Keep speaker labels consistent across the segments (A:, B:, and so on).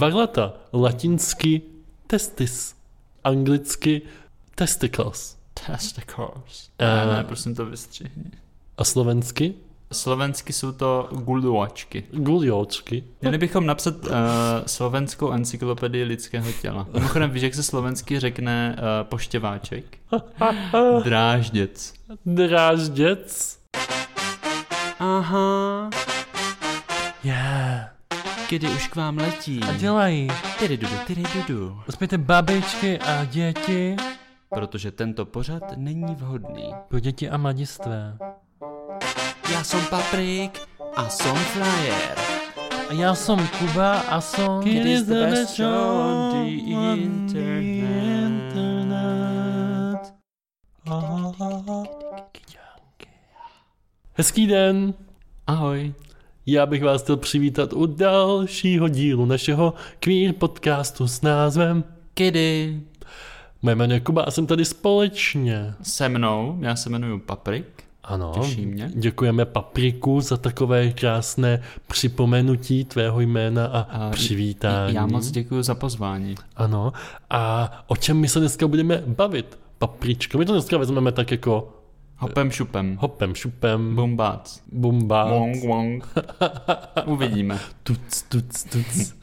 A: Varlata, latinsky testis, anglicky testicles
B: Testicles. Ne, ne,
A: Eh.
B: prosím to vystřihni.
A: a slovensky
B: Slovensky jsou to gulduačky.
A: guliočky.
B: Měli bychom napsat uh, slovenskou encyklopedii lidského těla. Mimochodem, víš, jak se slovensky řekne uh, poštěváček? Drážděc.
A: Drážděc.
B: Aha,
C: Yeah.
B: kdy už k vám letí.
C: A dělají.
B: Tyry dudu, tyry dudu.
C: Uspějte babičky a děti.
B: Protože tento pořad není vhodný.
C: Pro děti a mladistvé.
B: Já jsem Paprik a jsem Flyer.
C: A já jsem Kuba a jsem...
B: It is the best show on the internet.
A: Hezký den.
B: Ahoj.
A: Já bych vás chtěl přivítat u dalšího dílu našeho queer podcastu s názvem
B: Kdy
A: Moje jméno je Kuba a jsem tady společně.
B: se mnou, já se jmenuji Paprik.
A: Ano,
B: Těší mě.
A: děkujeme Papriku za takové krásné připomenutí tvého jména a,
B: A
A: přivítání.
B: Já moc děkuji za pozvání.
A: Ano, a o čem my se dneska budeme bavit, Papričko? My to dneska vezmeme tak jako
B: Hopem šupem.
A: hopem, šupem,
B: Bombác.
A: bomba,
B: Wong wong. Uvidíme.
A: tuc, tuc, tuc.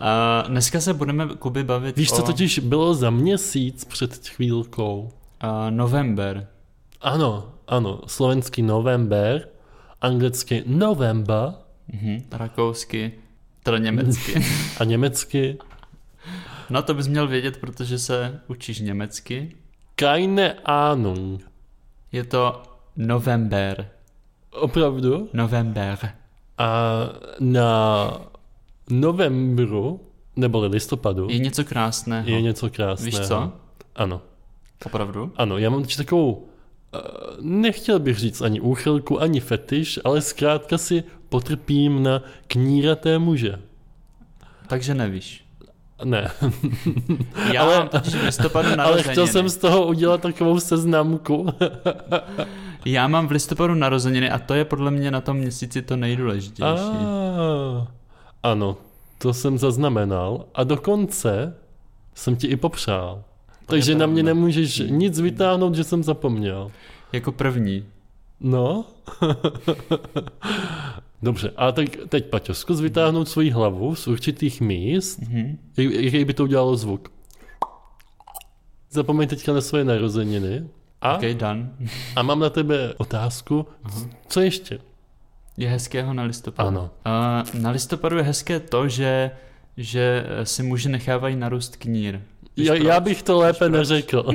B: A dneska se budeme, Kuby, bavit
A: Víš,
B: o
A: co totiž bylo za měsíc před chvílkou?
B: a, november.
A: Ano, ano, slovenský november, anglicky november
B: Mhm. Rakousky. Teda německy.
A: a německy
B: No to bys měl vědět, protože se učíš německy.
A: keine Ahnung.
B: Je to november.
A: Opravdu?
B: November.
A: A na novembru, neboli listopadu,
B: Je něco krásného.
A: je něco krásného.
B: Víš co?
A: Ano,
B: Opravdu?
A: ano, já mám teď takovou, eh, nechtěl bych říct ani úchylku, ani fetiš, ale zkrátka si potrpím na kníraté muže.
B: Takže nevíš.
A: Ne,
B: Já ale, mám totiž v listopadu
A: ale
B: narozeniny.
A: chtěl jsem z toho udělat takovou seznamku.
B: Já mám v listopadu narozeniny a to je podle mě na tom měsíci to nejdůležitější.
A: Ah, ano, to jsem zaznamenal a dokonce jsem ti i popřál. Takže na
B: pravda.
A: mě nemůžeš nic vytáhnout, že jsem zapomněl.
B: Jako první.
A: No. Dobře, a tak teď, Paťo, zkus vytáhnout svoji hlavu z určitých míst.
B: Mhm.
A: Jak- Jaký by to udělalo zvuk? Zapomeň teďka na svoje narozeniny. A,
B: Ok, dan.
A: a mám na tebe otázku, c- co ještě?
B: Je hezkého na listopadu.
A: Ano.
B: A na listopadu je hezké to, že, že si muži nechávají narůst knír. Víš
A: Já,
B: proč?
A: já bych to lépe
B: proč?
A: neřekl.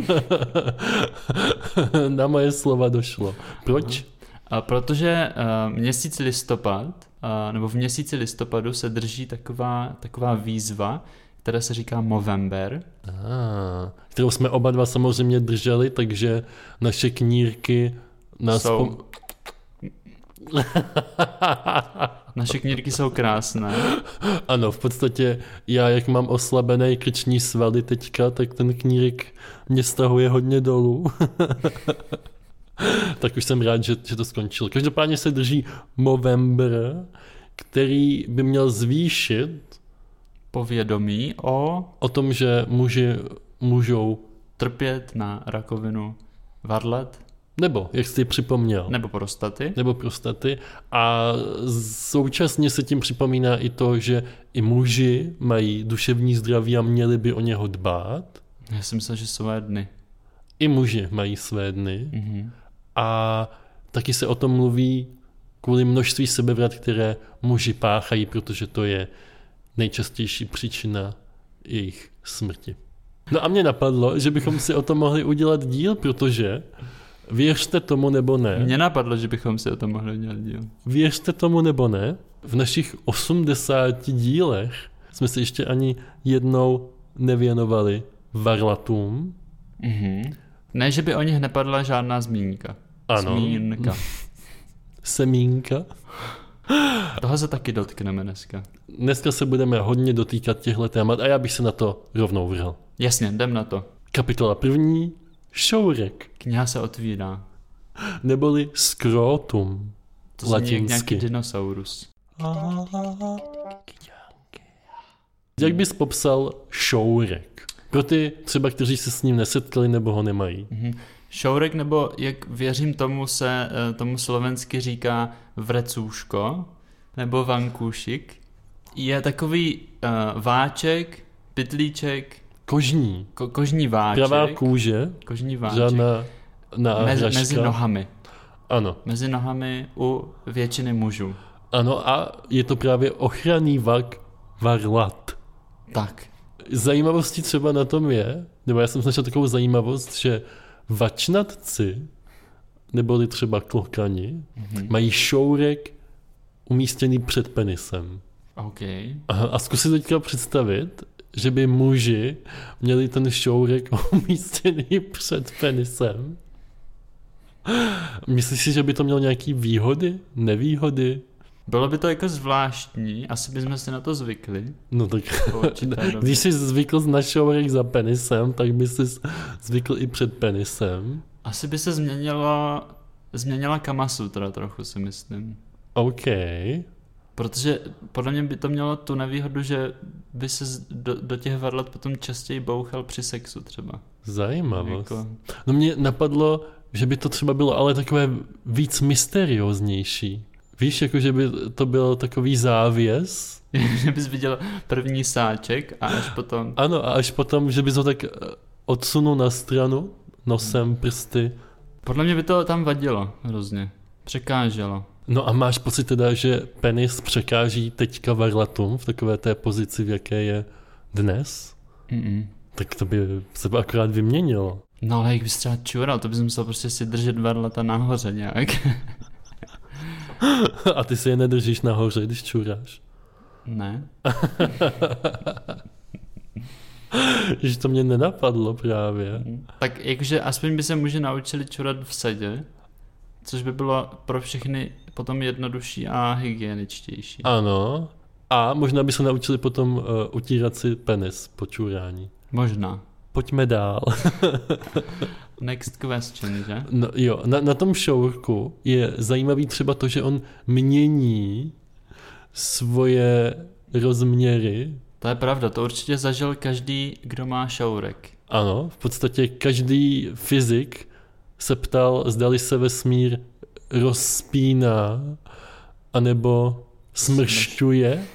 A: Na moje slova došlo. Proč?
B: A protože uh, měsíc listopad, uh, nebo v měsíci listopadu se drží taková, taková výzva, která se říká Movember.
A: Ah, kterou jsme oba dva samozřejmě drželi, takže naše knírky nás...
B: Jsou-
A: pom-
B: Naše knírky jsou krásné.
A: Ano, v podstatě já, jak mám oslabené krční svaly teďka, tak ten knírek mě stahuje hodně dolů. tak už jsem rád, že, že to skončil. Každopádně se drží Movember, který by měl zvýšit
B: Povědomí o
A: o tom, že muži můžou,
B: trpět na rakovinu varlet
A: nebo jak jsi připomněl,
B: nebo prostaty.
A: nebo prostaty. A současně se tím připomíná i to, že i muži mají duševní zdraví a měli by o něho dbát.
B: Já si myslel, že jsou moje dny.
A: I muži mají své dny.
B: Mhm.
A: A taky se o tom mluví kvůli množství sebevrat, které muži páchají, protože to je nejčastější příčina jejich smrti. No a mě napadlo, že bychom si o tom mohli udělat díl, protože věřte tomu nebo ne,
B: Mně napadlo, že bychom si o tom mohli udělat díl.
A: věřte tomu nebo ne, v našich 80 dílech jsme se ještě ani jednou nevěnovali varlatům.
B: Mhm. Ne, že by o nich nepadla žádná zmínka.
A: Ano, Hm.
B: Zmínka.
A: semínka.
B: Toho se taky dotkneme dneska.
A: Dneska se budeme hodně dotýkat těchto témat a já bych se na to rovnou vrhl.
B: Jasně, jdem na to.
A: Kapitola první, šourek,
B: Kniha se otvírá.
A: neboli skrotum.
B: To zní jak nějaký
A: Latinsky.
B: dinosaurus.
A: Jak bys popsal šourek? Pro ty třeba, kteří se s ním nesetkali nebo ho nemají.
B: Šourek, nebo jak věřím tomu se eh, tomu slovensky říká vrecůško, nebo vankušik, je takový uh, váček, pytlíček,
A: Kožní.
B: ko- kožní váček,
A: Pravá kůže,
B: kožní váček,
A: žádná na
B: mezi, mezi nohami.
A: Ano,
B: Mezi nohami u většiny mužů.
A: ano a je to právě ochranný vak varlat.
B: Tak.
A: Zajímavostí třeba na tom je, nebo já jsem našel takovou zajímavost, že vačnatci, neboli třeba klokani,
B: Mhm.
A: mají šourek umístěný před penisem.
B: OK.
A: Aha, a zkus si teďka představit, že by muži měli ten šourek umístěný před penisem. Myslíš si, že by to mělo nějaký výhody, nevýhody?
B: Bylo by to jako zvláštní, asi bychom si na to zvykli.
A: No tak
B: po určité době.
A: když jsi zvykl na šourek za penisem, tak by jsi zvykl i před penisem.
B: Asi by se změnilo, změnila Kamasutra trochu, si myslím.
A: OK.
B: Protože podle mě by to mělo tu nevýhodu, že by se z- do, do těch varlat potom častěji bouchal při sexu třeba. Jako,
A: Zajímavost. No mě napadlo, že by to třeba bylo ale takové víc mysterióznější. Víš, jako že by to byl takový závěs,
B: že bys viděl první sáček a až potom...
A: Ano, a až potom, že bys ho tak eh, odsunul na stranu, nosem, prsty.
B: Podle mě by to tam vadilo hrozně. Překáželo.
A: No a máš pocit teda, že penis překáží teďka varlatum v takové té pozici, v jaké je dnes?
B: Mm-mm.
A: Tak to by se by akorát vyměnilo.
B: No ale jak bys třeba čural, to bys musel prostě si držet varlata nahoře nějak.
A: A ty si je nedržíš nahoře, když čuráš.
B: ne?
A: Že to mě nenapadlo právě.
B: Tak jakože aspoň by se muži naučili čurat v sedě, což by bylo pro všechny potom jednodušší a hygieničtější.
A: Ano. A možná by se naučili potom uh, utírat si penis po čurání.
B: Možná.
A: Pojďme dál.
B: Next question, že?
A: No, jo, na, na tom šourku je zajímavý třeba to, že on mění svoje rozměry.
B: To je pravda, to určitě zažil každý, kdo má šourek.
A: Ano, v podstatě každý fyzik se ptal, zdali se vesmír rozpíná anebo smršťuje.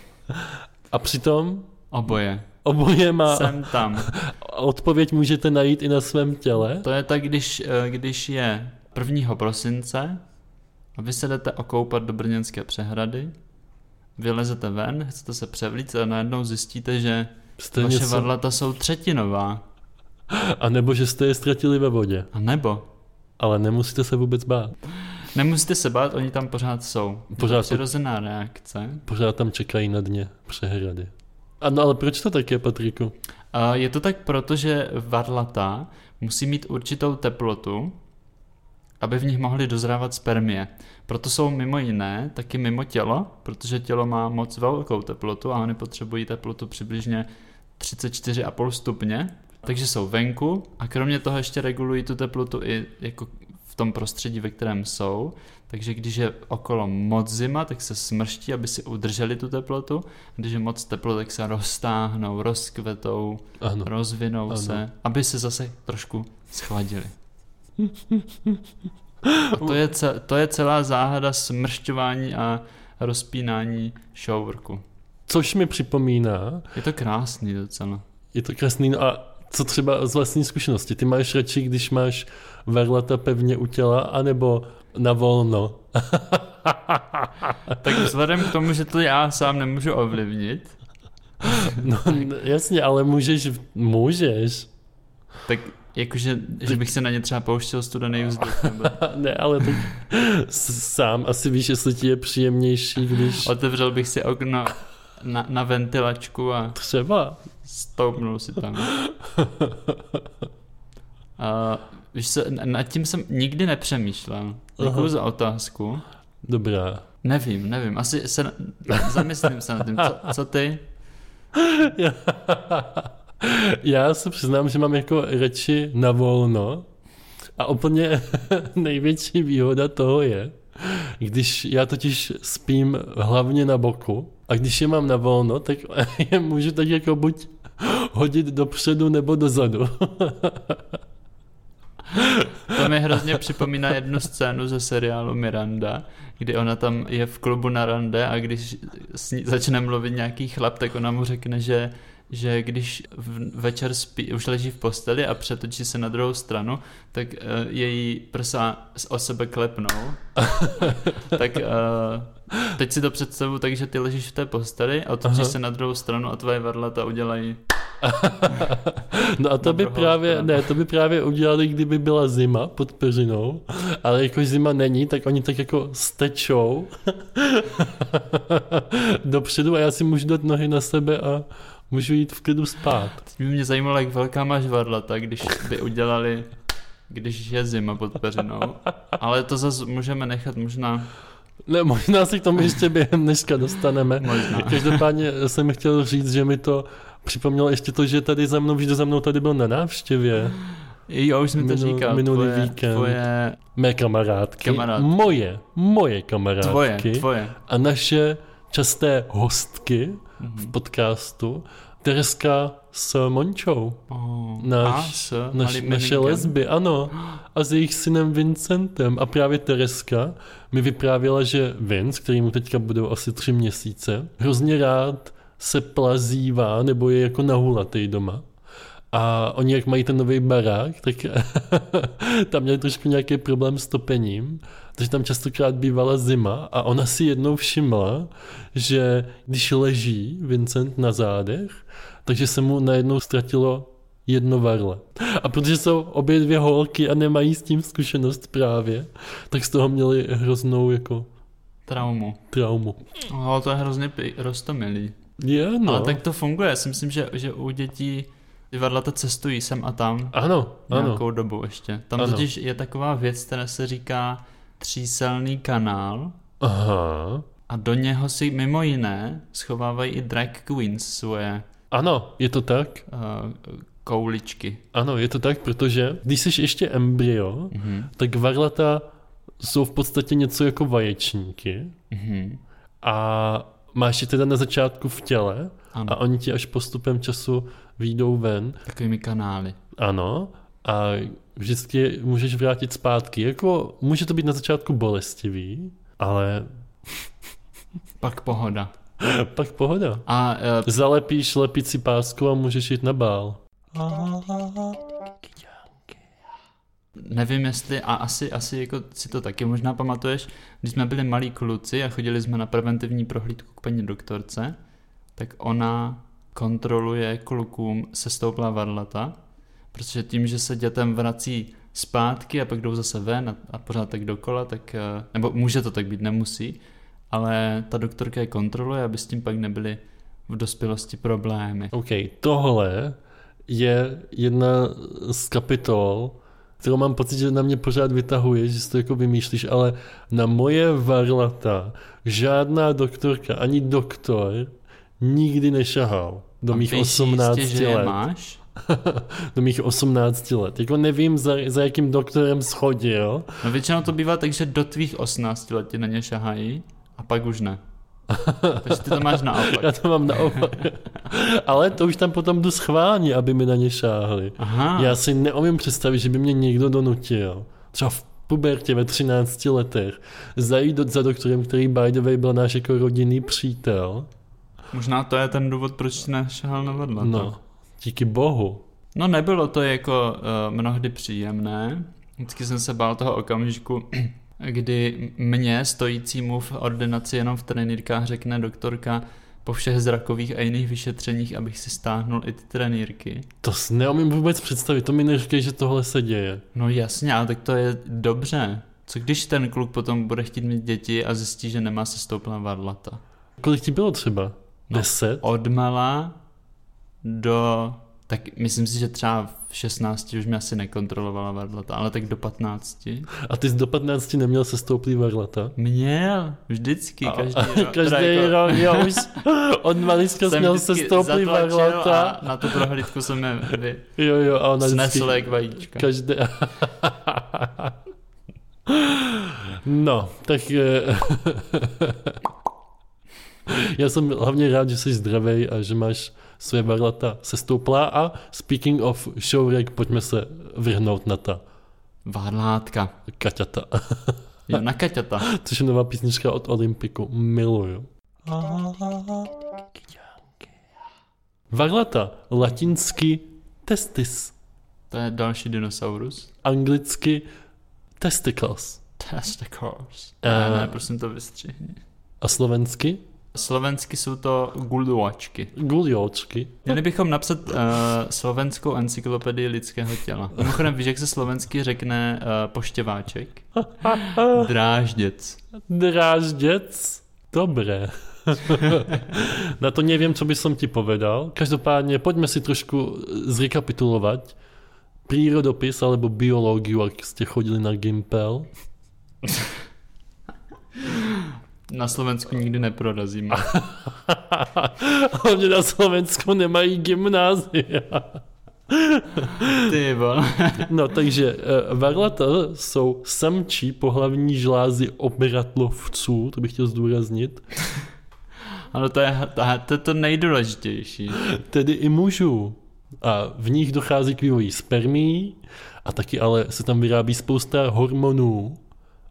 A: A přitom
B: Oboje.
A: oboje má...
B: Jsem tam.
A: Odpověď můžete najít i na svém těle.
B: To je tak, když, eh, když je 1. prosince a vy se jdete okoupat do Brněnské přehrady, vylezete ven, chcete se převlít a najednou zjistíte, že
A: Jste
B: vaše
A: něco...
B: varlata jsou třetinová.
A: A nebo že jste je ztratili ve vodě.
B: A nebo.
A: Ale nemusíte se vůbec bát.
B: Nemusíte se bát, oni tam pořád jsou.
A: Pořád-
B: Pořád. Přirozená reakce.
A: Pořád tam čekají na dně přehrady. Ano, ale proč to tak je, Patriku?
B: A Je to tak proto, že varlata musí mít určitou teplotu, aby v nich mohly dozrávat spermie. Proto jsou mimo jiné taky mimo tělo, protože tělo má moc velkou teplotu a oni potřebují teplotu přibližně 34,5 stupně, takže jsou venku a kromě toho ještě regulují tu teplotu i jako v tom prostředí, ve kterém jsou. Takže když je okolo moc zima, tak se smrští, aby si udrželi tu teplotu. Když je moc teplo, tak se roztáhnou, rozkvetou,
A: Ano.
B: rozvinou
A: No. ano.
B: se, aby se zase trošku schladili. A to je, ce, to je celá záhada smršťování a rozpínání šourku.
A: Což mi připomíná,
B: Je to krásný docela.
A: je to krásný, no a co třeba z vlastní zkušenosti? Ty máš radši, když máš verlata pevně u těla, anebo na volno?
B: Tak vzhledem k tomu, že to já sám nemůžu ovlivnit,
A: No, n- jasně, ale můžeš, můžeš.
B: tak jakože, že bych se na ně třeba pouštěl studený vzduch. Nebo
A: Ne, ale tak s- sám asi víš, jestli ti je příjemnější, když
B: otevřel bych si okno na, na ventilačku a
A: třeba.
B: Stoupnul si tam. A, víš se, nad tím jsem nikdy nepřemýšlel.
A: Aha.
B: Děkuji za otázku.
A: Dobrá.
B: Nevím, nevím, asi se na- zamyslím se nad tím. Co, co ty?
A: Já se přiznám, že mám jako radši na volno a úplně největší výhoda toho je, když já totiž spím hlavně na boku, A když je mám na volno, tak je můžu tak jako buď hodit dopředu nebo dozadu.
B: To mi hrozně připomíná jednu scénu ze seriálu Miranda, kdy ona tam je v klubu na rande a když s ní začne mluvit nějaký chlap, tak ona mu řekne, že že když v, večer spí, už leží v posteli a přetočí se na druhou stranu, tak uh, její prsa s- o sebe klepnou. tak uh, teď si to představu tak, že ty ležíš v té posteli a otočíš
A: Aha.
B: se na druhou stranu a tvoje varlata udělají
A: No a to by
B: Navrhoval
A: právě,
B: stranu.
A: ne, to by právě udělali, kdyby byla zima pod peřinou, ale jakož zima není, tak oni tak jako stečou dopředu a já si můžu dát nohy na sebe a můžu jít v klidu spát.
B: Teď by mě zajímalo, jak velká máš varlata, když by udělali, když je zima pod peřinou. Ale to zase můžeme nechat možná,
A: Ne, možná se k tomu ještě během dneška dostaneme.
B: možná.
A: Každopádně jsem chtěl říct, že mi to připomnělo ještě to, že tady za mnou, že za mnou tady byl na návštěvě
B: Jo, už jsme to
A: Minul-
B: říkal.
A: minulý
B: tvoje,
A: víkend.
B: Tvoje,
A: mé kamarádky,
B: Kamarádky.
A: moje, moje kamarádky
B: tvoje, tvoje.
A: a naše časté hostky v
B: Mhm.
A: podcastu Tereska s Mončou,
B: Oh,
A: Náš-
B: a s
A: naš,
B: malým
A: naše
B: miminkem.
A: lesby, ano, a s jejich synem Vincentem. A právě Tereska mi vyprávěla, že Vince, který mu teďka budou asi tři měsíce, hrozně rád se plazívá, nebo je jako nahulatej doma. A oni, jak mají ten nový barák, tak tam měli trošku nějaký problém s topením, takže tam častokrát bývala zima a ona si jednou všimla, že když leží Vincent na zádech, takže se mu najednou ztratilo jedno varle. A protože jsou obě dvě holky a nemají s tím zkušenost právě, tak z toho měli hroznou jako
B: Traumu.
A: traumu.
B: Oh, to je hrozně pi- roztomilý.
A: Je,
B: No.
A: no.
B: Ale tak to funguje. Já si myslím, že, že u dětí ty varlata cestují sem a tam.
A: Ano, ano.
B: nějakou dobu ještě. Tam
A: Ano.
B: ano. totiž je taková věc, která se říká tříselný kanál
A: Aha.
B: a do něho si mimo jiné schovávají i drag queens svoje
A: Ano, je to tak.
B: uh, kouličky.
A: Ano, je to tak, protože když jsi ještě embryo,
B: Mhm.
A: tak varlata jsou v podstatě něco jako vaječníky
B: Mhm.
A: a máš je teda na začátku v těle
B: Ano,
A: a oni ti až postupem času výjdou ven.
B: takovými kanály.
A: Ano, a vždycky je můžeš vrátit zpátky. Jako, může to být na začátku bolestivý, ale
B: Pak pohoda.
A: pak pohoda.
B: A uh,
A: Zalepíš lepici pásku a můžeš jít na bál.
B: nevím jestli, a asi, asi jako si to taky možná pamatuješ, když jsme byli malí kluci a chodili jsme na preventivní prohlídku k paní doktorce, tak ona kontroluje klukům sestouplá varlata, protože tím, že se dětem vrací zpátky a pak jdou zase ven a, a pořád tak dokola, tak, eh, nebo může to tak být, nemusí, ale ta doktorka je kontroluje, aby s tím pak nebyly v dospělosti problémy.
A: OK, tohle je jedna z kapitol, kterou mám pocit, že na mě pořád vytahuje, že si to jako vymýšlíš, ale na moje varlata žádná doktorka, ani doktor nikdy nešahal do
B: A
A: mých
B: víš
A: 18
B: jistě, že je
A: let.
B: máš?
A: do mých 18 let. Jako nevím, za, za jakým doktorem schodil.
B: No většinou to bývá tak, že do tvých 18 let ti na ně šahají a pak už ne. Takže ty to máš
A: Já
B: naopak.
A: to mám naopak. Ale to už tam potom jdu schválně, aby mi na ně šáhli.
B: Aha,
A: Já si neumím představit, že by mě někdo donutil. Třeba v pubertě ve 13 letech zajít do- za doktorem, který by the way byl náš jako rodinný přítel.
B: možná to je ten důvod, proč jsi nešahal na vedle.
A: No, díky bohu.
B: no nebylo to jako uh, mnohdy příjemné. Vždycky jsem se bál toho okamžiku, kdy mě stojícímu v ordinaci jenom v trenýrkách řekne doktorka po všech zrakových a jiných vyšetřeních, abych si stáhnul i ty trenýrky.
A: To si neumím vůbec představit, to mi neříkej, že tohle se děje.
B: No jasně, ale tak to je dobře. Co když ten kluk potom bude chtít mít děti a zjistí, že nemá sestouplá varlata?
A: Kolik ti bylo třeba?
B: No.
A: Deset?
B: Odmala do... Tak myslím si, že třeba v 16 už mě asi nekontrolovala varlata, ale tak do 15.
A: A ty jsi do 15 neměl se stouplý varlata?
B: Měl, vždycky, každý rok. teda
A: Každý
B: jako
A: rok, jo, už od malička jsi
B: jsem
A: měl se
B: vždycky
A: stouplý
B: zatlačil
A: varlata.
B: a na tu prohlídku jsem je vy...
A: Jo, jo, a ona
B: snesl jak vajíčka.
A: Každý... no, tak... eh, Já jsem hlavně rád, že jsi zdravý a že máš své varlata sestouplá a speaking of šourek, pojďme se vrhnout na ta
B: Varlátka.
A: kaťata.
B: Jo, na kaťata.
A: Což je nová písnička od Olympiku. Miluju. Varlata, latinsky testis,
B: To je další dinosaurus.
A: anglicky testicles
B: Testicles.
A: Eh.
B: Ne, ne, prosím to vystřihni.
A: a slovensky
B: Slovensky jsou to gulduačky.
A: guliočky.
B: Měli bychom napsat uh, slovenskou encyklopedii lidského těla. Mimochodem, víš, jak se slovensky řekne uh, poštěváček? Drážděc.
A: Drážděc? Dobré. Na to nevím, co by som ti povedal. Každopádně pojďme si trošku zrekapitulovat prírodopis alebo biológiu, ak ste chodili na Gimpel.
B: Na Slovensku nikdy neprorazíme.
A: Hlavně na Slovensku nemají gymnázia.
B: Ty vole.
A: No takže eh, varlata jsou samčí pohlavní žlázy obratlovců, to bych chtěl zdůraznit,
B: Ale to je, to- to je to nejdůležitější.
A: tedy i mužů. A v nich dochází k vývoji spermí a taky ale se tam vyrábí spousta hormonů.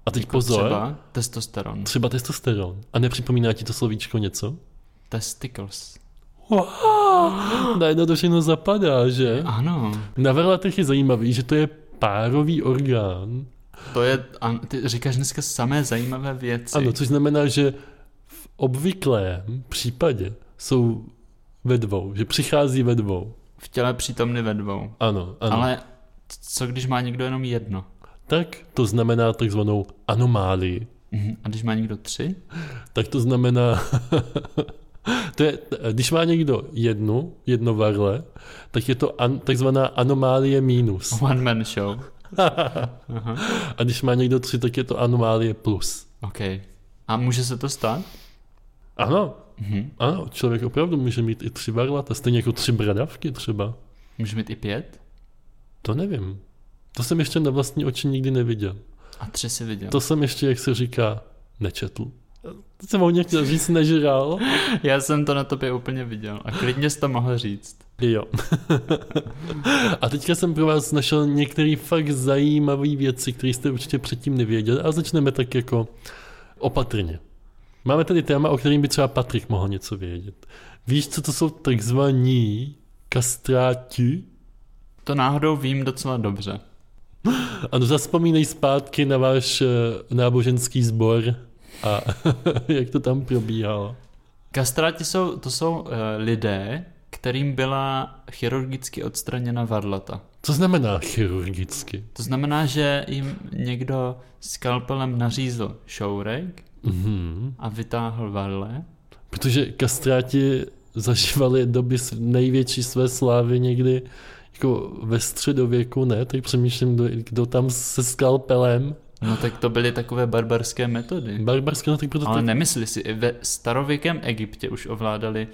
A: A teď pozor, třeba?
B: Třeba testosteron.
A: třeba testosteron. A nepřipomíná ti to slovíčko něco?
B: Testicles.
A: Najednou to všechno zapadá, že?
B: Ano.
A: Na varlatech je zajímavý, že to je párový orgán,
B: To je, an, ty říkáš dneska samé zajímavé věci.
A: Ano, což znamená, že v obvyklém případě jsou ve dvou, že přichází ve dvou.
B: V těle přítomny ve dvou.
A: Ano, ano.
B: Ano.
A: Ale...
B: Ale co když má někdo jenom jedno?
A: Tak to znamená takzvanou anomálii.
B: Mhm. A když má někdo tři?
A: Tak to znamená... to je, když má někdo jednu, jedno varle, tak je to an, takzvaná anomálie minus.
B: One man show.
A: A když má někdo tři, tak je to anomálie plus.
B: OK. A může se to stát?
A: Ano,
B: Mhm.
A: ano, člověk opravdu může mít i tři varlata, stejně jako tři bradavky třeba.
B: Může mít i pět?
A: To nevím. To jsem ještě na vlastní oči nikdy neviděl.
B: A tři si viděl.
A: To jsem ještě, jak se říká, nečetl. To jsem hodně chtěl říct, nežral.
B: Já jsem to na tobě úplně viděl. A klidně jsi to mohl říct.
A: Jo. a teďka jsem pro vás našel některé fakt zajímavé věci, které jste určitě předtím nevěděli a začneme tak jako opatrně. Máme tady téma, o kterém by třeba Patrik mohl něco vědět. Víš, co to jsou takzvaní kastráti?
B: To náhodou vím docela dobře.
A: Ano, zaspomínej zpátky na váš eh, náboženský sbor a jak to tam probíhalo.
B: Kastráti jsou, to jsou uh, lidé, kterým byla chirurgicky odstraněna varlata.
A: Co znamená chirurgicky?
B: To znamená, že jim někdo skalpelem nařízl šourek
A: Mhm.
B: a vytáhl varle.
A: Protože kastráti zažívali doby s- největší své slávy někdy jako ve středověku, ne? Tak přemýšlím, kdo, kdo tam se skalpelem.
B: No tak to byly takové barbarské metody.
A: Barbarské, no tak proto
B: Ale
A: tak...
B: nemysli si, i ve starověkém Egyptě už ovládali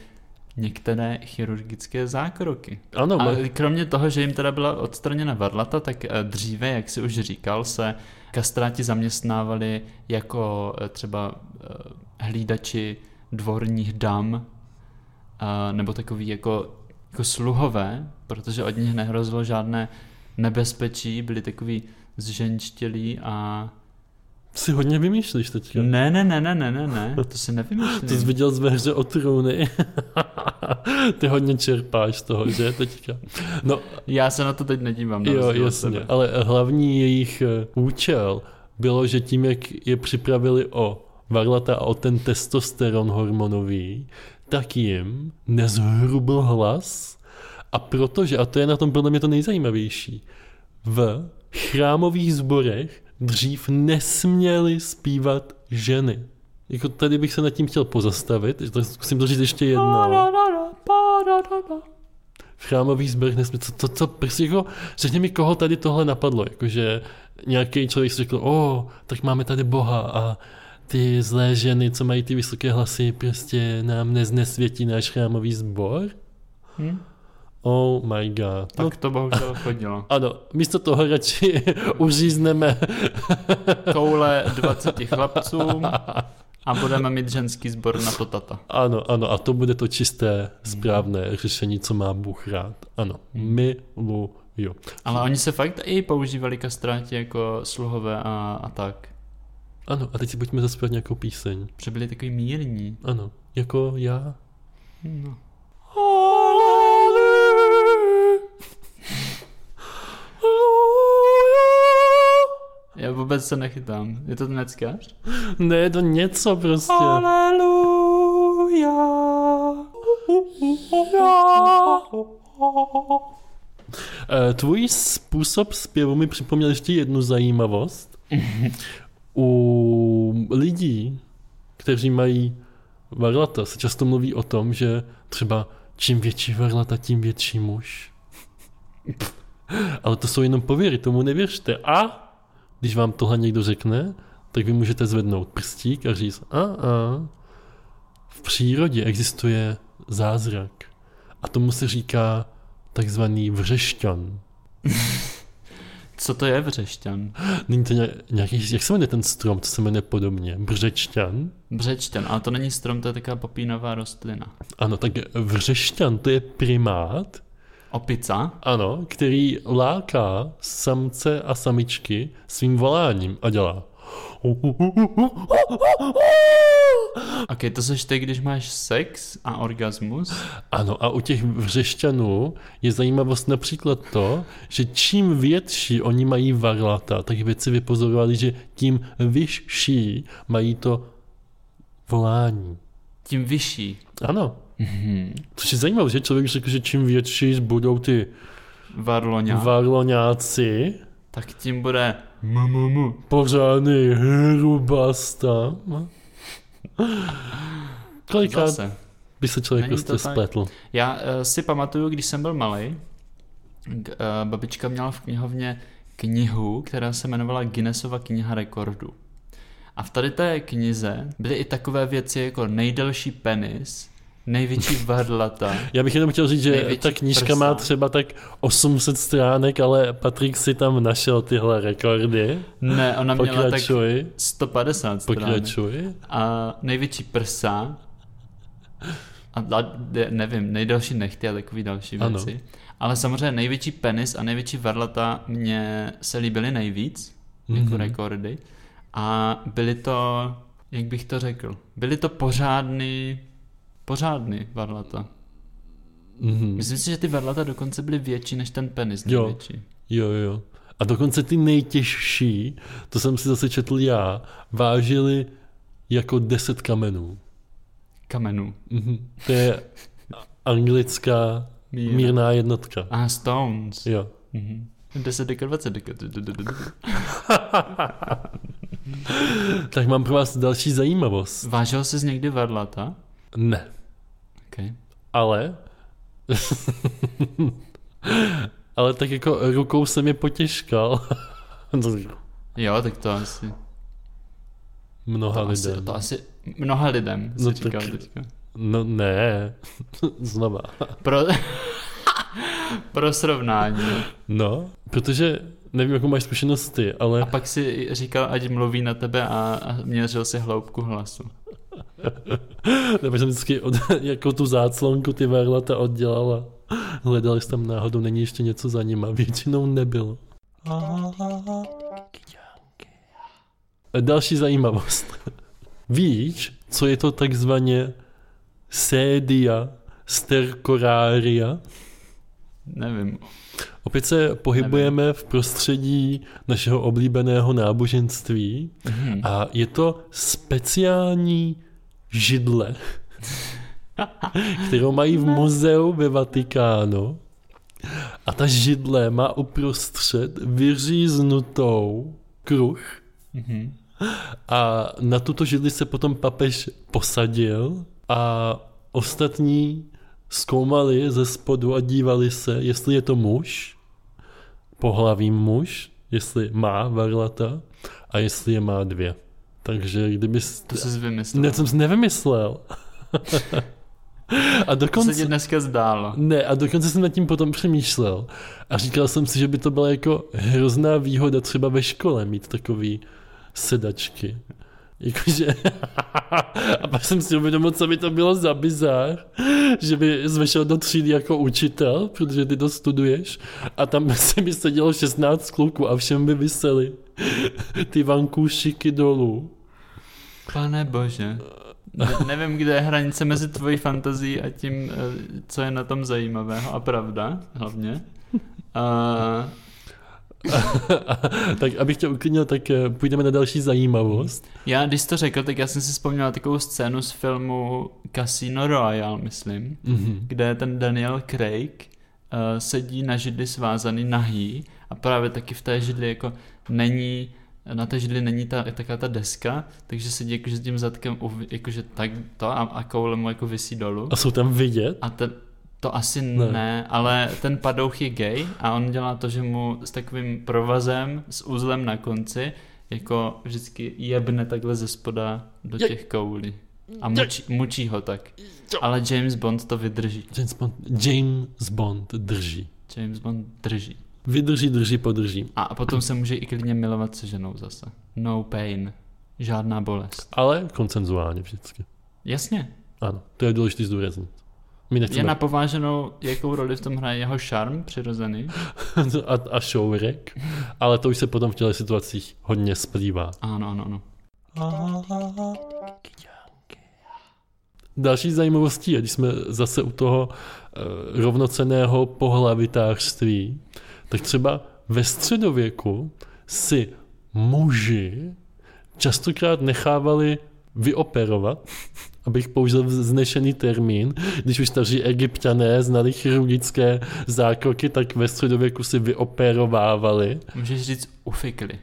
B: některé chirurgické zákroky.
A: Ano,
B: A
A: ma...
B: kromě toho, že jim teda byla odstraněna varlata, tak eh, dříve, jak si už říkal, se kastráti zaměstnávali jako eh, třeba eh, hlídači dvorních dam eh, nebo takový jako, jako sluhové, protože od nich nehrozilo žádné nebezpečí, byli takový zženštělí a...
A: si hodně vymýšlíš teďka.
B: Ne, ne, ne, ne, ne, ne, ne, to si
A: Ty jsi
B: nevymýšlím.
A: viděl z ve hře o trůny. Ty hodně čerpáš z toho, že teďka. No,
B: Já se na to teď nedívám. na
A: Jo,
B: rozdíl od
A: jasně,
B: tebe.
A: ale hlavní jejich eh, účel bylo, že tím, jak je připravili o varlata a o ten testosteron hormonový, tak jim nezhrubl hlas a protože, a to je na tom podle mě to nejzajímavější, v chrámových sborech dřív nesměly zpívat ženy. Jako tady bych se nad tím chtěl pozastavit, tak zkusím to říct ještě
B: No,
A: jednou. V chrámových zbrch nesmí, co, co, co, prostě jako, řekni mi, koho tady tohle napadlo, jakože nějaký člověk si řekl, o, tak máme tady Boha a ty zlé ženy, co mají ty vysoké hlasy, prostě nám neznesvětí náš chrámový sbor.
B: Hm?
A: Oh my god. No,
B: Tak to bohužel chodilo.
A: ano, místo toho radši uřízneme
B: koule 20 chlapců A budeme mít ženský sbor na to tata.
A: Ano, ano, a to bude to čisté, správné řešení, co má Bůh rád. Ano, miluju.
B: Ale oni se fakt i používali kastráti jako sluhové a, a tak.
A: Ano, a teď si pojďme zaspívat nějakou píseň.
B: Protože byli takový mírní.
A: Ano, jako já.
B: No. Já vůbec se nechytám. Je to neckář?
A: Ne, je to něco prostě.
B: Aleluja.
A: Eh, Tvůj způsob zpěvu mi připomněl ještě jednu zajímavost. U lidí, kteří mají varlata, se často mluví o tom, že třeba čím větší varlata, tím větší muž. Ale to jsou jenom pověry, tomu nevěřte. A když vám tohle někdo řekne, tak vy můžete zvednout prstík a říct a a. V přírodě existuje zázrak. A tomu se říká takzvaný vřešťan.
B: Co to je vřešťan?
A: Není to ně- nějaký, jak se jmenuje ten strom, co se jmenuje podobně? Břečťan?
B: Břečťan, ale to není strom, to je taková papínová rostlina.
A: Ano, tak vřešťan to je primát,
B: Opica?
A: ano, který láká samce a samičky svým voláním a dělá.
B: Ok, to seš ty, když máš sex a orgasmus?
A: Ano, a u těch vřešťanů je zajímavost například to, že čím větší oni mají varlata, tak věci vypozorovali, že tím vyšší mají to volání.
B: Tím vyšší.
A: Ano.
B: Mhm.
A: Což je zajímavé, že člověk řekl, že čím větší budou ty
B: Varloňa. Va-
A: varloňáci,
B: tak tím bude mumumu.
A: pořádný hrubasta. Kolikrát
B: Zase.
A: by se člověk
B: Není to
A: prostě
B: tak.
A: spletl.
B: Já uh, si pamatuju, když jsem byl malý, uh, babička měla v knihovně knihu, která se jmenovala Guinnessova kniha rekordů. A v tady té knize byly i takové věci jako nejdelší penis, největší varlata.
A: Já bych jenom chtěl říct, že
B: Největší
A: ta knížka má
B: prsa.
A: třeba tak 800 stránek, ale Patrik si tam našel tyhle rekordy.
B: Ne, ona měla tak
A: Pokračuj,
B: 150 stránek.
A: pokračuj.
B: A největší prsa. A da- de- nevím, nejdelší nechty a takový další
A: Ano.
B: věci. Ano. Ale samozřejmě největší penis a největší varlata mě se líbily nejvíc, jako
A: Mhm.
B: mm-hmm. rekordy. A byly to, jak bych to řekl, byly to pořádný, pořádný varlata.
A: Mhm.
B: Myslím si, že ty varlata dokonce byly větší než ten penis
A: Jo.
B: největší.
A: Jo, jo. A dokonce ty nejtěžší, to jsem si zase četl já, vážili jako 10 kamenů.
B: Kamenů.
A: Mhm. To je anglická
B: Míra.
A: mírná jednotka.
B: A stones.
A: Jo.
B: Mhm. 10 deka, 20 deka. du- du- du- du- du.
A: Tak mám pro vás další zajímavost.
B: Vážil jsi někdy varlata?
A: Ne,
B: Okay.
A: ale... ale tak jako rukou jsem je potěžkal.
B: Jo, tak to asi.
A: Mnoha
B: To asi,
A: lidem.
B: to asi mnoha lidem si
A: No
B: no
A: tak-
B: říkal teďka.
A: No ne, znova.
B: Pro, pro srovnání.
A: No, protože nevím, jakou máš zkušenost ty,
B: A
A: ale
B: pak si říkal, ať mluví na tebe a, a měřil si hloubku hlasu.
A: nebo jsem vždycky od, jako tu záclonku ty varlata oddělala. Hledal jsem tam náhodou, není ještě něco za nima. Většinou nebylo. Další zajímavost. Víš, co je to takzvaně sédia stercoraria?
B: Nevím.
A: Opět se pohybujeme v prostředí našeho oblíbeného náboženství
B: Mhm.
A: a je to speciální židle, kterou mají v muzeu ve Vatikánu. A ta židle má uprostřed vyříznutou kruh
B: Mhm.
A: a na tuto židli se potom papež posadil a ostatní zkoumali ze spodu a dívali se, jestli je to muž, pohlavím muž, jestli má varlata a jestli je má dvě. Takže kdyby...
B: To jsi vymyslel.
A: Ne, jsem si nevymyslel. a
B: to se ti
A: dokonce...
B: dneska zdálo.
A: Ne, a dokonce jsem nad tím potom přemýšlel. A říkal jsem si, že by to byla jako hrozná výhoda třeba ve škole mít takový sedačky. Jakože... A pak jsem si uvědomil, co by to bylo za bizar, že by zvešel do třídy jako učitel, protože ty to studuješ, a tam by se mi sedělo 16 kluků a všem by vysely ty vankůšiky dolů.
B: Pane bože. Ne- nevím, kde je hranice mezi tvojí fantazií a tím, eh, co je na tom zajímavého a pravda, hlavně. Eh, A
A: Tak abych tě uklidnil, tak eh, půjdeme na další zajímavost.
B: já, když jsi to řekl, tak já jsem si vzpomněl na takovou scénu z filmu Casino Royale, myslím,
A: Mhm.
B: kde ten Daniel Craig eh, sedí na židli svázaný nahý a právě taky v té židli jako není na té židli není ta, taká ta deska, takže sedí jakože s tím zadkem uv- jakože tak to a, a koule mu jako vysí dolů.
A: A jsou tam vidět?
B: A ten, to asi ne.
A: Ne.
B: ne, ale ten padouch je gay a on dělá to, že mu s takovým provazem, s uzlem na konci, jako vždycky jebne takhle ze spoda do
A: Je-
B: těch koulí. A mučí, mučí ho tak. Ale James Bond to vydrží.
A: James Bond, James Bond drží.
B: James Bond drží.
A: Vydrží, drží, podrží.
B: A potom se může i klidně milovat se ženou zase. No pain. Žádná bolest.
A: Ale koncenzuálně vždycky.
B: Jasně.
A: Ano, to je důležité zdůraznit. My
B: Je
A: nechceme...
B: na pováženou, jakou roli v tom hraje jeho šarm přirozený.
A: a, a šourek, ale to už se potom v těchto situacích hodně splývá.
B: Ano, ano, ano.
A: Další zajímavostí je, když jsme zase u toho eh, rovnoceného pohlavitářství, tak třeba ve středověku si muži častokrát nechávali vyoperovat, abych použil vznešený termín, když už staří egyptiané znali chirurgické zákroky, tak ve středověku si vyoperovávali
B: Můžeš říct ufikli.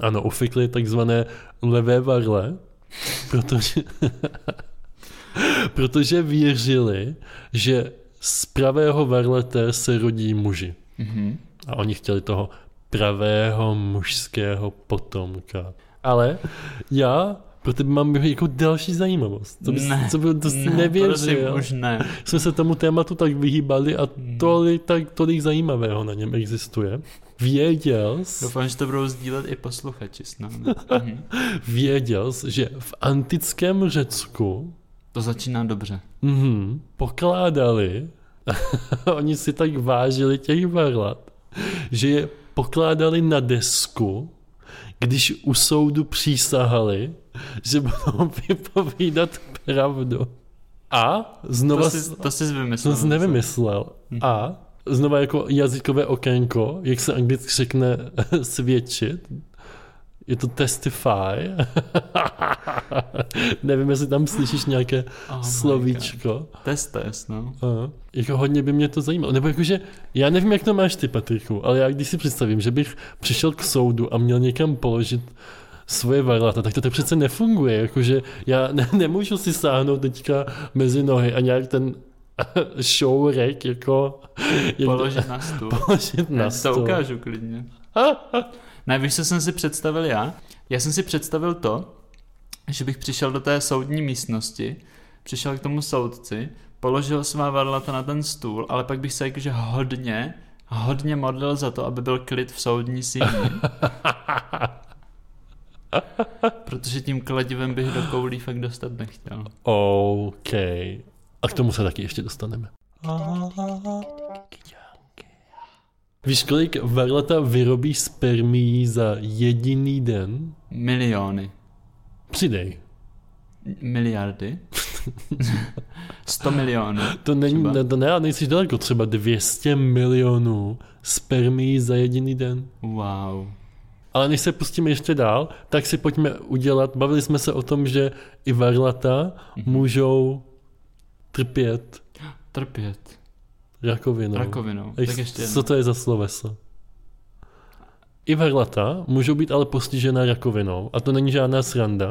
A: ano, ufikli takzvané levé varle, protože, protože věřili, že z pravého varlete se rodí muži.
B: Mhm.
A: A oni chtěli toho pravého mužského potomka. Ale já pro tebe mám jako další zajímavost. To bys,
B: Ne,
A: co by, to jsi
B: No, prosím,
A: nevěřil.
B: už Hmm. ne.
A: Jsme se tomu tématu tak vyhýbali a tolik, tak, tolik zajímavého na něm existuje. Věděl jsi,
B: Doufám, že to budou sdílet i posluchači s námi. Mhm.
A: Věděl jsi, že v antickém Řecku
B: To začíná dobře.
A: mm, pokládali, oni si tak vážili těch varlat, že je pokládali na desku, když u soudu přísahali, že budou vypovídat pravdu. A znova...
B: To
A: s-
B: jsi, to jsi
A: to
B: vymyslel.
A: jsi nevymyslel.
B: Hm.
A: A znova jako jazykové okénko, jak se anglicky řekne svědčit, je to testify. Nevím, jestli tam slyšíš nějaké
B: Oh my
A: slovíčko.
B: God. Test, test, no.
A: Aha. Jako hodně by mě to zajímalo. Nebo jakože, já nevím, jak to máš ty, Patriku, ale já když si představím, že bych přišel k soudu a měl někam položit svoje varlata, tak to, to přece nefunguje. Jakože já ne, nemůžu si sáhnout teďka mezi nohy a nějak ten šourek jako jak
B: Položit na stůl.
A: položit
B: Já
A: na
B: ti to
A: stůl.
B: ukážu klidně. ne, víš, co jsem si představil já? Já jsem si představil to, že bych přišel do té soudní místnosti, přišel k tomu soudci, položil svá varlata na ten stůl, ale pak bych se jakože hodně, hodně modlil za to, aby byl klid v soudní síni. Protože tím kladivem bych do koulí fakt dostat nechtěl.
A: OK. A k tomu se taky ještě dostaneme. Víš, kolik varlata vyrobí spermí za jediný den?
B: Miliony.
A: Přidej.
B: Miliardy. 100 milionů.
A: To není,
B: Třeba.
A: ne, to ne, ale nejsi daleko, třeba 200 milionů spermí za jediný den.
B: Wow.
A: Ale než se pustíme ještě dál, tak si pojďme udělat, bavili jsme se o tom, že i varlata můžou trpět
B: Trpět.
A: rakovinou.
B: Rakovinou.
A: Ex-
B: Tak ještě jedno.
A: No. Co to je za sloveso? I varlata můžou být ale postižena rakovinou a to není žádná sranda.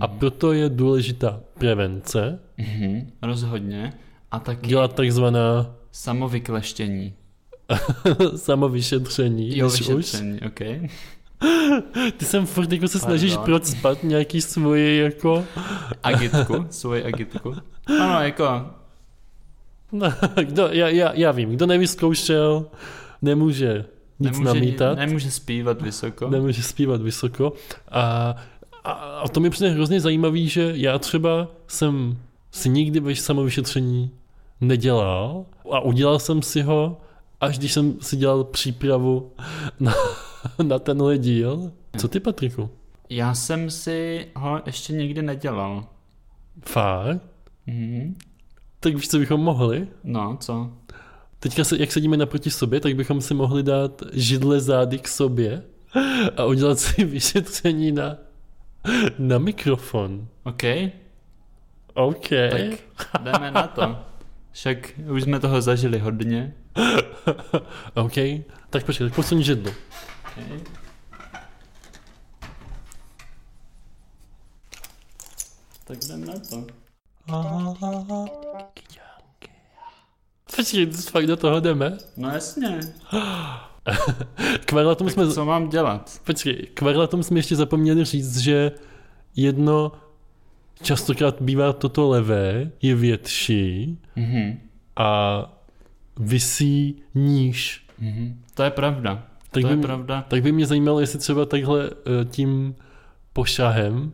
A: A
B: Hmm.
A: proto je důležitá prevence,
B: Mhm, rozhodně. A taky
A: dělat takzvaná
B: samovykleštění.
A: samovyšetření.
B: Jo,
A: když už.
B: vyšetření, ok.
A: Ty jsem furt jako se snažíš
B: Pardon.
A: procpat nějaký svoje jako...
B: Agitku, svoji agitku. Ano, jako,
A: No, kdo, já, já, já vím, kdo nevyzkoušel, nemůže nic
B: nemůže,
A: namítat,
B: nemůže zpívat vysoko.
A: nemůže zpívat vysoko a A, a to mi přijde hrozně zajímavý, že já třeba jsem si nikdy ve samovyšetření nedělal a udělal jsem si ho, až když jsem si dělal přípravu na, na tenhle díl. Co ty, Patriku?
B: Já jsem si ho ještě nikdy nedělal.
A: Fakt?
B: Mhm.
A: Tak víš, co bychom mohli?
B: No, co?
A: Teďka, se, jak sedíme naproti sobě, tak bychom si mohli dát židle zády k sobě a udělat si vyšetření na, na mikrofon.
B: OK,
A: OK.
B: tak jdeme na to. Však už jsme toho zažili hodně.
A: OK. Tak počkej, tak posuň židlo.
B: Okay. Tak jdeme na to.
A: Počkej, fakt do toho jdeme.
B: No jasně.
A: K varlatom jsme,
B: Co mám dělat?
A: počkej, k varlatom jsme ještě zapomněli říct, že jedno častokrát bývá toto levé, je větší
B: Mhm.
A: a visí níž.
B: Mhm. To je pravda.
A: Tak
B: to
A: by,
B: je
A: mě-
B: pravda.
A: tak by mě zajímalo, jestli třeba takhle eh, tím pošahem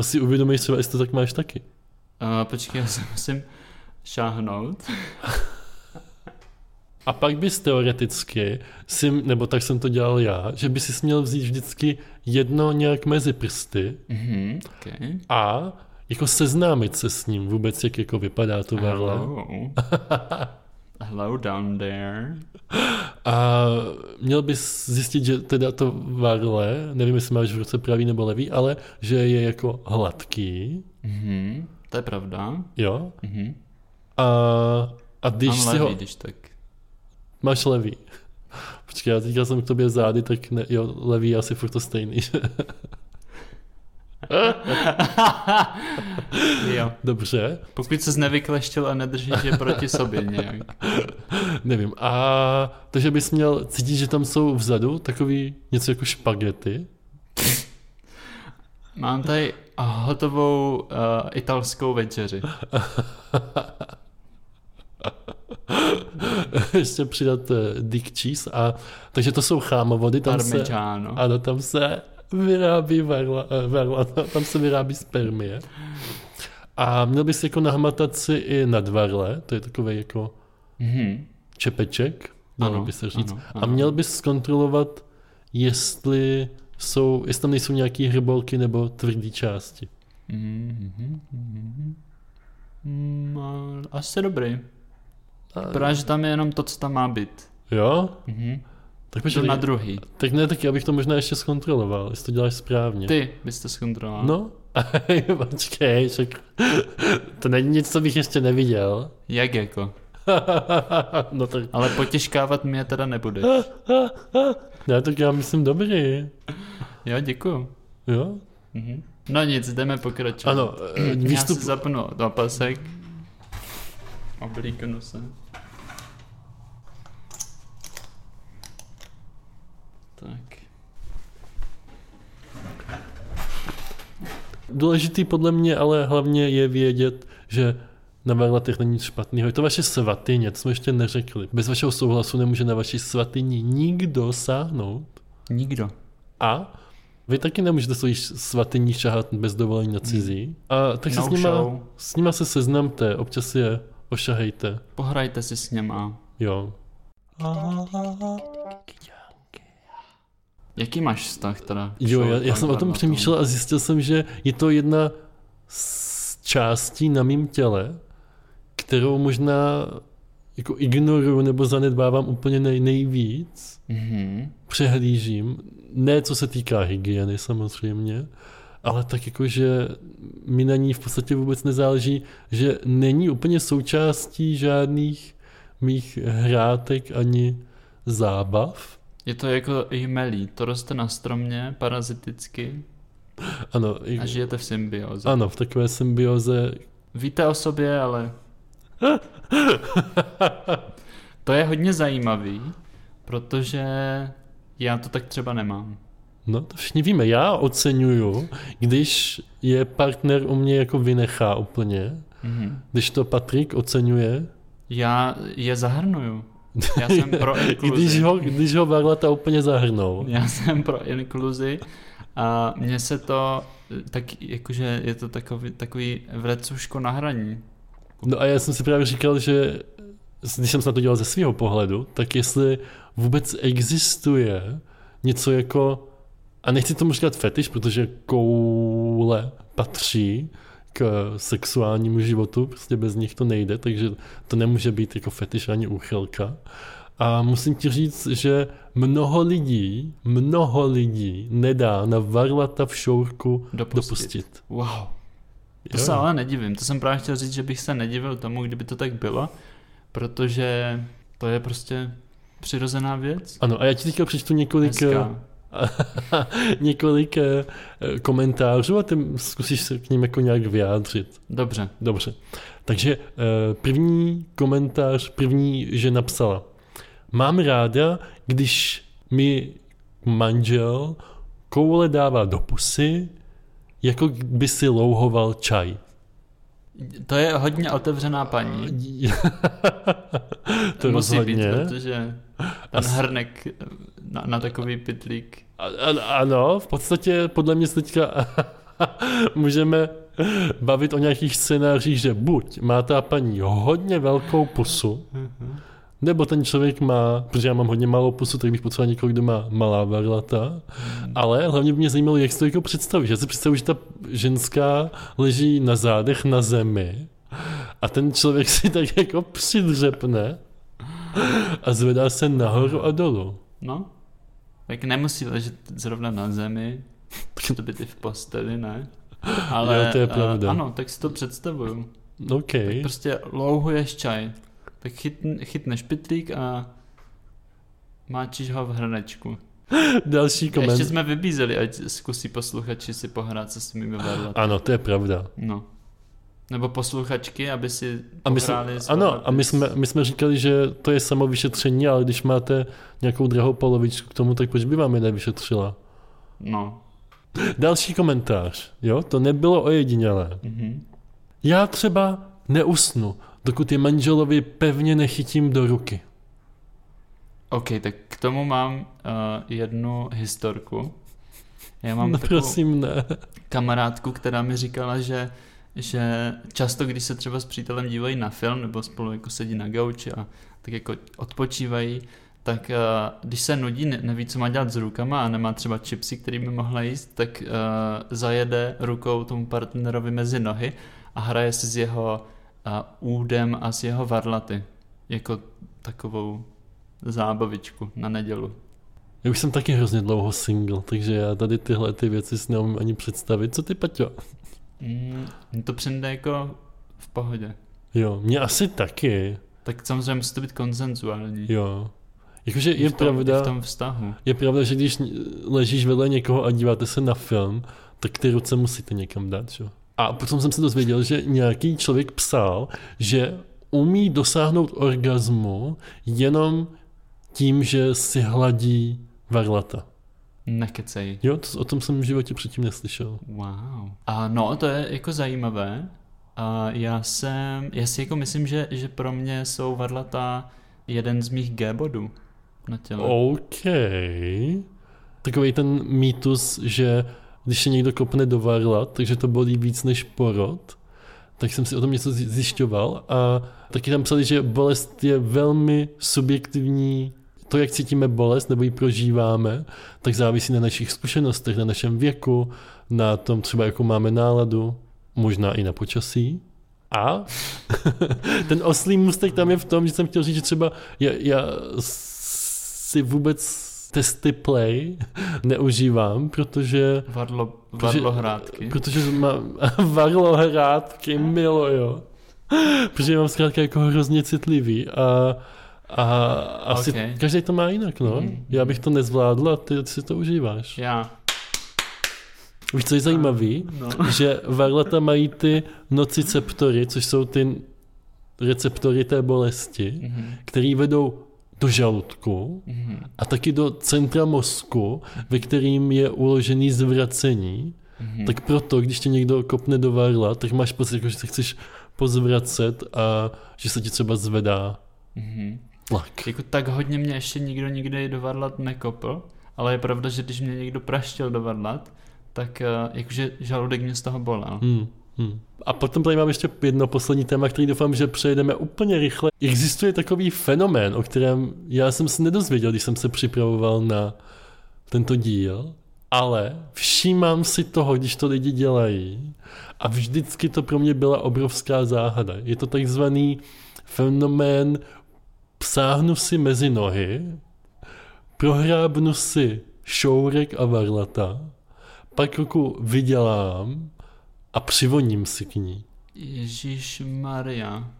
A: si uvědomíš třeba, jestli to tak máš taky.
B: Uh, počkej, já se musím šáhnout.
A: A pak bys teoreticky, si, nebo tak jsem to dělal já, že by si měl vzít vždycky jedno nějak mezi prsty
B: Mhm. Okay.
A: a jako seznámit se s ním vůbec, jak jako vypadá to varla.
B: Hello. Hello down there.
A: A měl bys zjistit, že teda to varle, nevím, jestli máš v ruce pravý nebo levý, ale že je jako hladký,
B: Mhm. To je pravda.
A: jo?
B: Mhm.
A: A, a když
B: Mám
A: si
B: levý,
A: ho...
B: když tak.
A: Máš levý. Počkej, já teďka jsem k tobě zády, tak ne, jo, levý je asi furt to stejný.
B: jo.
A: Dobře,
B: Pokud ses nevykleštil a nedržíš je proti sobě nějak.
A: nevím. A takže bys měl cítit, že tam jsou vzadu takový něco jako špagety.
B: Mám tady hotovou uh, italskou večeři.
A: Ještě přidat eh, dick cheese. A, takže to jsou chámovody. Tam se,
B: Parmigiano.
A: ano, tam se vyrábí varla, eh, varla, tam se vyrábí spermie. A měl bys jako nahmatat si i nadvarle, to je takový jako
B: Mhm.
A: čepeček, dalo
B: Ano,
A: by se říct.
B: ano,
A: A
B: ano.
A: měl bys zkontrolovat, jestli jsou, jestli tam nejsou nějaké hrbolky nebo tvrdé části.
B: Mhm, mhm, mhm. Mm, a- Asi dobrý.
A: A,
B: Právě, že tam je jenom to, co tam má být.
A: jo?
B: Mhm.
A: Tak
B: To
A: počkej,
B: na druhý.
A: tak ne, tak já bych to možná ještě zkontroloval, jestli to děláš správně.
B: Ty bys to zkontroloval.
A: No, počkej, však to není nic, co bych ještě neviděl.
B: Jak jako?
A: no tak,
B: Ale potěžkávat mě teda nebude.
A: ne, tak já myslím dobrý,
B: Jo, děkuju.
A: jo?
B: Mhm. No nic, jdeme pokračovat.
A: Ano, eh,
B: Já si
A: výstup,
B: zapnu opasek. Oblíknu se. Tak.
A: Důležitý podle mě, ale hlavně je vědět, že na varlatech není nic špatného. Je to vaše svatyně, to jsme ještě neřekli. Bez vašeho souhlasu nemůže na vaší svatyni nikdo sáhnout.
B: Nikdo.
A: A vy taky nemůžete svoji š- svatyni šahat bez dovolení na cizí. A tak se
B: No
A: s, nima,
B: show.
A: s nima se seznamte, občas je ošahejte.
B: Pohrajte si s něma.
A: Jo.
B: Jaký máš vztah teda? k
A: Jo,
B: show
A: já, já jsem o tom
B: Barnatovi?
A: přemýšlel a zjistil jsem, že je to jedna z částí na mém těle, kterou možná jako ignoruju nebo zanedbávám úplně nej, nejvíc, Mm-hmm.
B: Mhm.
A: přehlížím, ne co se týká hygieny samozřejmě, ale tak jako, že mi na ní v podstatě vůbec nezáleží, že není úplně součástí žádných mých hrátek ani zábav.
B: Je to jako jmelí, to roste na stromě paraziticky
A: Ano, i-
B: a žijete v symbioze.
A: ano, v takové symbioze
B: Víte o sobě, ale... to je hodně zajímavý, protože já to tak třeba nemám.
A: No, to všichni víme. Já oceňuju, když je partner u mě jako vynechá úplně,
B: Mhm.
A: Mm-hmm. když to Patrik oceňuje,
B: Já je zahrnuju. Já jsem pro inkluzi.
A: Když ho, když ho varlata úplně zahrnou.
B: Já jsem pro inkluzi a mně se to tak jakože je to takový, takový vrecuško na hraní.
A: No a já jsem si právě říkal, že když jsem se na to dělal ze svého pohledu, tak jestli vůbec existuje něco jako, a nechci tomu říkat fetiš, protože koule patří k sexuálnímu životu, prostě bez nich to nejde, takže to nemůže být jako fetiš ani úchylka. A musím ti říct, že mnoho lidí, mnoho lidí nedá na varlata v šourku
B: Dopustit.
A: dopustit. dopustit.
B: Wow. To
A: Jo.
B: se ale nedivím, to jsem právě chtěl říct, že bych se nedivil tomu, kdyby to tak bylo, protože to je prostě přirozená věc.
A: Ano, a já ti teďka přečtu několik, eh,
B: Hezká.
A: několik eh, eh, komentářů a ty zkusíš se k ním jako nějak vyjádřit.
B: Dobře.
A: Dobře. Takže eh, první komentář, první, že napsala. Mám ráda, když mi manžel koule dává do pusy, jako by si louhoval čaj.
B: To je hodně otevřená paní.
A: to
B: Hmm. Musí
A: rozhodně.
B: být, protože ten
A: Asi-
B: hrnek na, na takový pitlík.
A: A- a- Ano, v podstatě podle mě se teďka můžeme bavit o nějakých scénářích, že buď má ta paní hodně velkou pusu, nebo ten člověk má, protože já mám hodně malou pusu, tak bych potřeboval někoho, kdo má malá varlata, ale hlavně by mě zajímalo, jak si to jako představíš. Já si představuji, že ta ženská leží na zádech na zemi a ten člověk si tak jako přidřepne a zvedá se nahoru a dolů.
B: No, tak nemusí ležet zrovna na zemi, to by ty v posteli, ne? Ale
A: Jo, to je
B: eh,
A: pravda.
B: ano, tak si to představuju.
A: OK.
B: Prostě louhuješ čaj, tak chytn, chytneš pitlík a máčíš ho v hrnečku.
A: Další
B: Koment.
A: koment.
B: Ještě jsme vybízeli, ať zkusí posluchači si pohrát se svými varlata.
A: Ano, to je pravda.
B: No. Nebo posluchačky, aby si
A: A my, jsme,
B: pohráli s varlaty.
A: ano, a my jsme, my jsme říkali, že to je samovyšetření, ale když máte nějakou drahou polovičku k tomu, tak proč by vám je nevyšetřila?
B: No.
A: Další komentář, jo, to nebylo ojedinělé.
B: Mhm.
A: Já třeba neusnu, dokud je manželovi pevně nechytím do ruky.
B: OK, tak k tomu mám uh, jednu historku. Já mám
A: no,
B: takovou...
A: prosím, ne.
B: kamarádku, která mi říkala, že, že často, když se třeba s přítelem dívají na film nebo spolu jako sedí na gauči a tak jako odpočívají, tak eh, když se nudí, ne- neví, co má dělat s rukama a nemá třeba chipsy, který by mohla jíst, tak eh, zajede rukou tomu partnerovi mezi nohy a hraje si s jeho eh, údem a s jeho varlaty. Jako takovou zábavičku na nedělu.
A: Já už jsem taky hrozně dlouho single, takže já tady tyhle ty věci si neumím ani představit. Co ty, Paťo?
B: Mm, mně to přijde jako v pohodě.
A: Jo, mě asi taky,
B: Tak samozřejmě musí to být konsenzuální.
A: jo. Jakože
B: I
A: je
B: v tom,
A: pravda...
B: I v tom vztahu.
A: Je pravda, že když ležíš vedle někoho a díváte se na film, tak ty ruce musíte někam dát, že? jo? A potom jsem se dozvěděl, že nějaký člověk psal, že umí dosáhnout orgazmu jenom tím, že si hladí varlata.
B: Nekecej.
A: Jo, to, o tom jsem v životě předtím neslyšel.
B: Wow. A no, to je jako zajímavé. A já jsem, já si jako myslím, že, že pro mě jsou varlata jeden z mých G-bodů na těle.
A: OK. Takový ten mýtus, že když se někdo kopne do varlat, takže to bolí víc než porod, tak jsem si o tom něco zji- zjišťoval a taky tam psali, že bolest je velmi subjektivní to, jak cítíme bolest nebo ji prožíváme, tak závisí na našich zkušenostech, na našem věku, na tom třeba, jakou máme náladu, možná i na počasí. A ten oslý můstek tam je v tom, že jsem chtěl říct, že třeba já, já si vůbec testy play neužívám, protože
B: Varlo,
A: Protože-
B: varlohrádky.
A: Protože mám varlohrátky, milo, jo. Protože mám zkrátka jako hrozně citlivý a, a asi
B: Ok.
A: každý to má jinak, no.
B: Mhm.
A: Já bych to nezvládl a ty si to užíváš.
B: Já.
A: Víš, co je zajímavý?
B: No.
A: Že varlata mají ty nociceptory, což jsou ty receptory té bolesti,
B: Mhm.
A: který vedou do žaludku
B: Mhm.
A: a taky do centra mozku, ve kterým je uložený zvracení.
B: Mhm.
A: Tak proto, když tě někdo kopne do varla, tak máš pocit, jako, že se chceš pozvracet a že se ti třeba zvedá
B: Mhm.
A: Tlak.
B: Jako tak hodně mě ještě nikdo nikdy do varlat nekopl, ale je pravda, že když mě někdo praštil do varlat, tak eh, jakože žaludek mě z toho bolel.
A: Hmm. Hmm. A potom tady mám ještě jedno poslední téma, který doufám, že přejdeme úplně rychle. Existuje takový fenomén, o kterém já jsem se nedozvěděl, když jsem se připravoval na tento díl, ale všímám si toho, když to lidi dělají a vždycky to pro mě byla obrovská záhada. Je to takzvaný fenomén psáhnu si mezi nohy, prohrábnu si šourek a varlata, pak ruku vydělám a přivoním si k ní.
B: Ježíš Maria.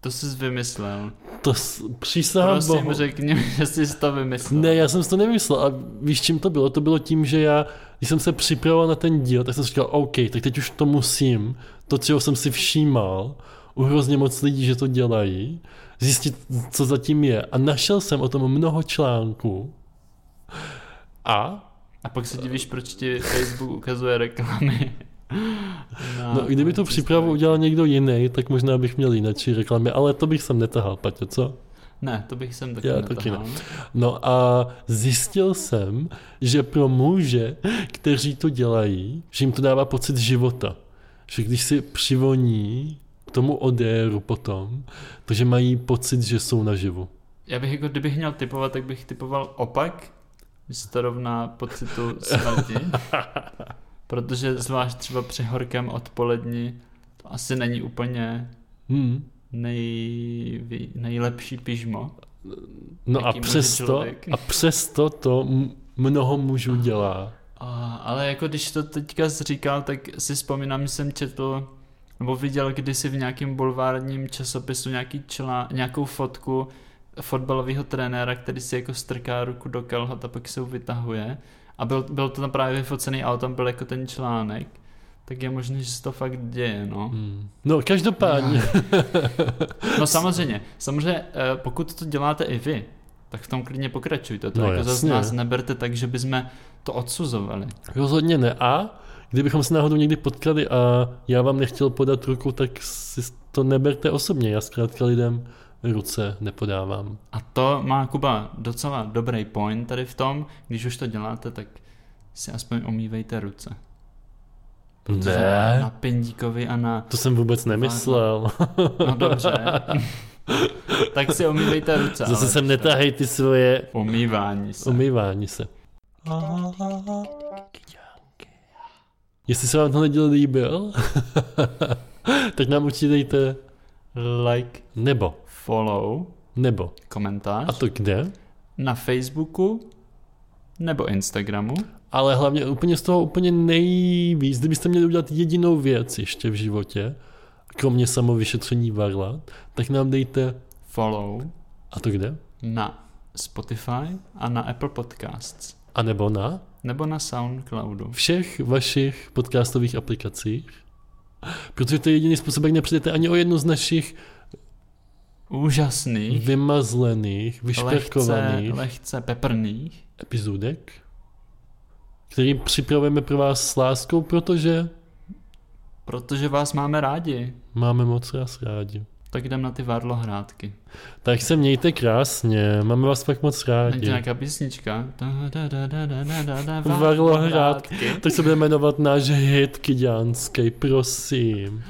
B: To jsi vymyslel.
A: To s- přísahám
B: Prosím,
A: bohu.
B: řekni mi, že jsi to vymyslel.
A: Ne, já jsem si to nevymyslel. A víš, čím to bylo? To bylo tím, že já, když jsem se připravoval na ten díl, tak jsem si říkal, OK, tak teď už to musím. To, čeho jsem si všímal, u hrozně moc lidí, že to dělají, zjistit, co zatím je. A našel jsem o tom mnoho článků. A
B: A pak se divíš, proč ti Facebook ukazuje reklamy. Na-
A: no, kdyby tu přípravu udělal někdo jiný, tak možná bych měl jinačí reklamy, ale to bych sem netahal, Paťo, co?
B: Ne, to bych sem taky
A: Já
B: netahal.
A: taky ne. No a zjistil jsem, že pro muže, kteří to dělají, že jim to dává pocit života. Že když si přivoní k tomu odéru potom, takže mají pocit, že jsou naživu.
B: Já bych jako, kdybych měl typovat, tak bych typoval opak, že se to rovná pocitu smrti. protože zvlášť třeba při horkém odpoledni to asi není úplně
A: Hmm.
B: nej, nejlepší pižmo.
A: No a
B: Jaký muž je
A: přesto,
B: člověk?
A: a přesto to m- mnoho mužů dělá.
B: A, ale jako když to teďka jsi říkal, tak si vzpomínám, že jsem četl nebo viděl kdysi v nějakém bulvárním časopisu nějaký člá, nějakou fotku fotbalového trenéra, který si jako strká ruku do kalhot a pak se ho vytahuje. A byl, byl to tam právě vyfocený a tam byl jako ten článek. Tak je možné, že se to fakt děje, no.
A: Hmm. No každopádně,
B: No samozřejmě, samozřejmě eh, pokud to děláte i vy, tak v tom klidně pokračujte. To
A: No
B: no, jako zase
A: jasně.
B: nás neberte tak, že bychom to odsuzovali.
A: rozhodně ne. A kdybychom se náhodou někdy potkali a já vám nechtěl podat ruku, tak si to neberte osobně. Já zkrátka lidem ruce nepodávám.
B: A to má Kuba docela dobrý point tady v tom, když už to děláte, tak si aspoň omývejte ruce. Protože Na pindíkovi a na...
A: To jsem vůbec nemyslel.
B: No dobře. tak si omývejte ruce.
A: Zase
B: ale
A: jsem netahej ty svoje
B: Omývání se.
A: umývání se. Jestli se vám tenhle díl líbil, tak nám určitě dejte
B: Like,
A: nebo,
B: follow,
A: nebo.
B: komentář.
A: A to kde?
B: Na Facebooku nebo Instagramu.
A: Ale hlavně úplně z toho úplně nejvíc, kdybyste měli udělat jedinou věc ještě v životě, kromě samovyšetření varlat, tak nám dejte
B: Follow
A: a to kde?
B: na Spotify a na Apple Podcasts.
A: A nebo na?
B: Nebo na Soundcloudu.
A: všech vašich podcastových aplikacích, protože to je jediný způsob, jak nepřijdete ani o jednu z našich
B: Úžasných,
A: vymazlených,
B: lehce,
A: vyšperkovaných
B: lehce peprných.
A: epizodek, který připravujeme pro vás s láskou, protože
B: Protože vás máme rádi,
A: máme moc vás rádi.
B: tak jdem na ty varlohrádky.
A: Tak se mějte krásně, máme vás fakt moc
B: Není to
A: rádi.
B: nějaká písnička? Da, da, da, da, da, da, da, da,
A: Varlohrádky.
B: varlohrádky.
A: Tak se bude jmenovat náš hit kyďánský, prosím.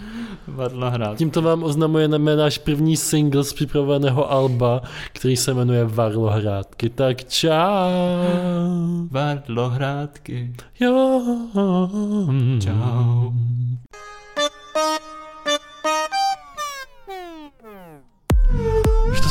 B: Varlohrádky.
A: Tímto vám oznamujeme náš první single z připraveného alba, který se jmenuje Varlohrádky. Tak čau.
B: Varlohrádky.
A: Jo.
B: Čau.
A: Už to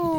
B: kdy.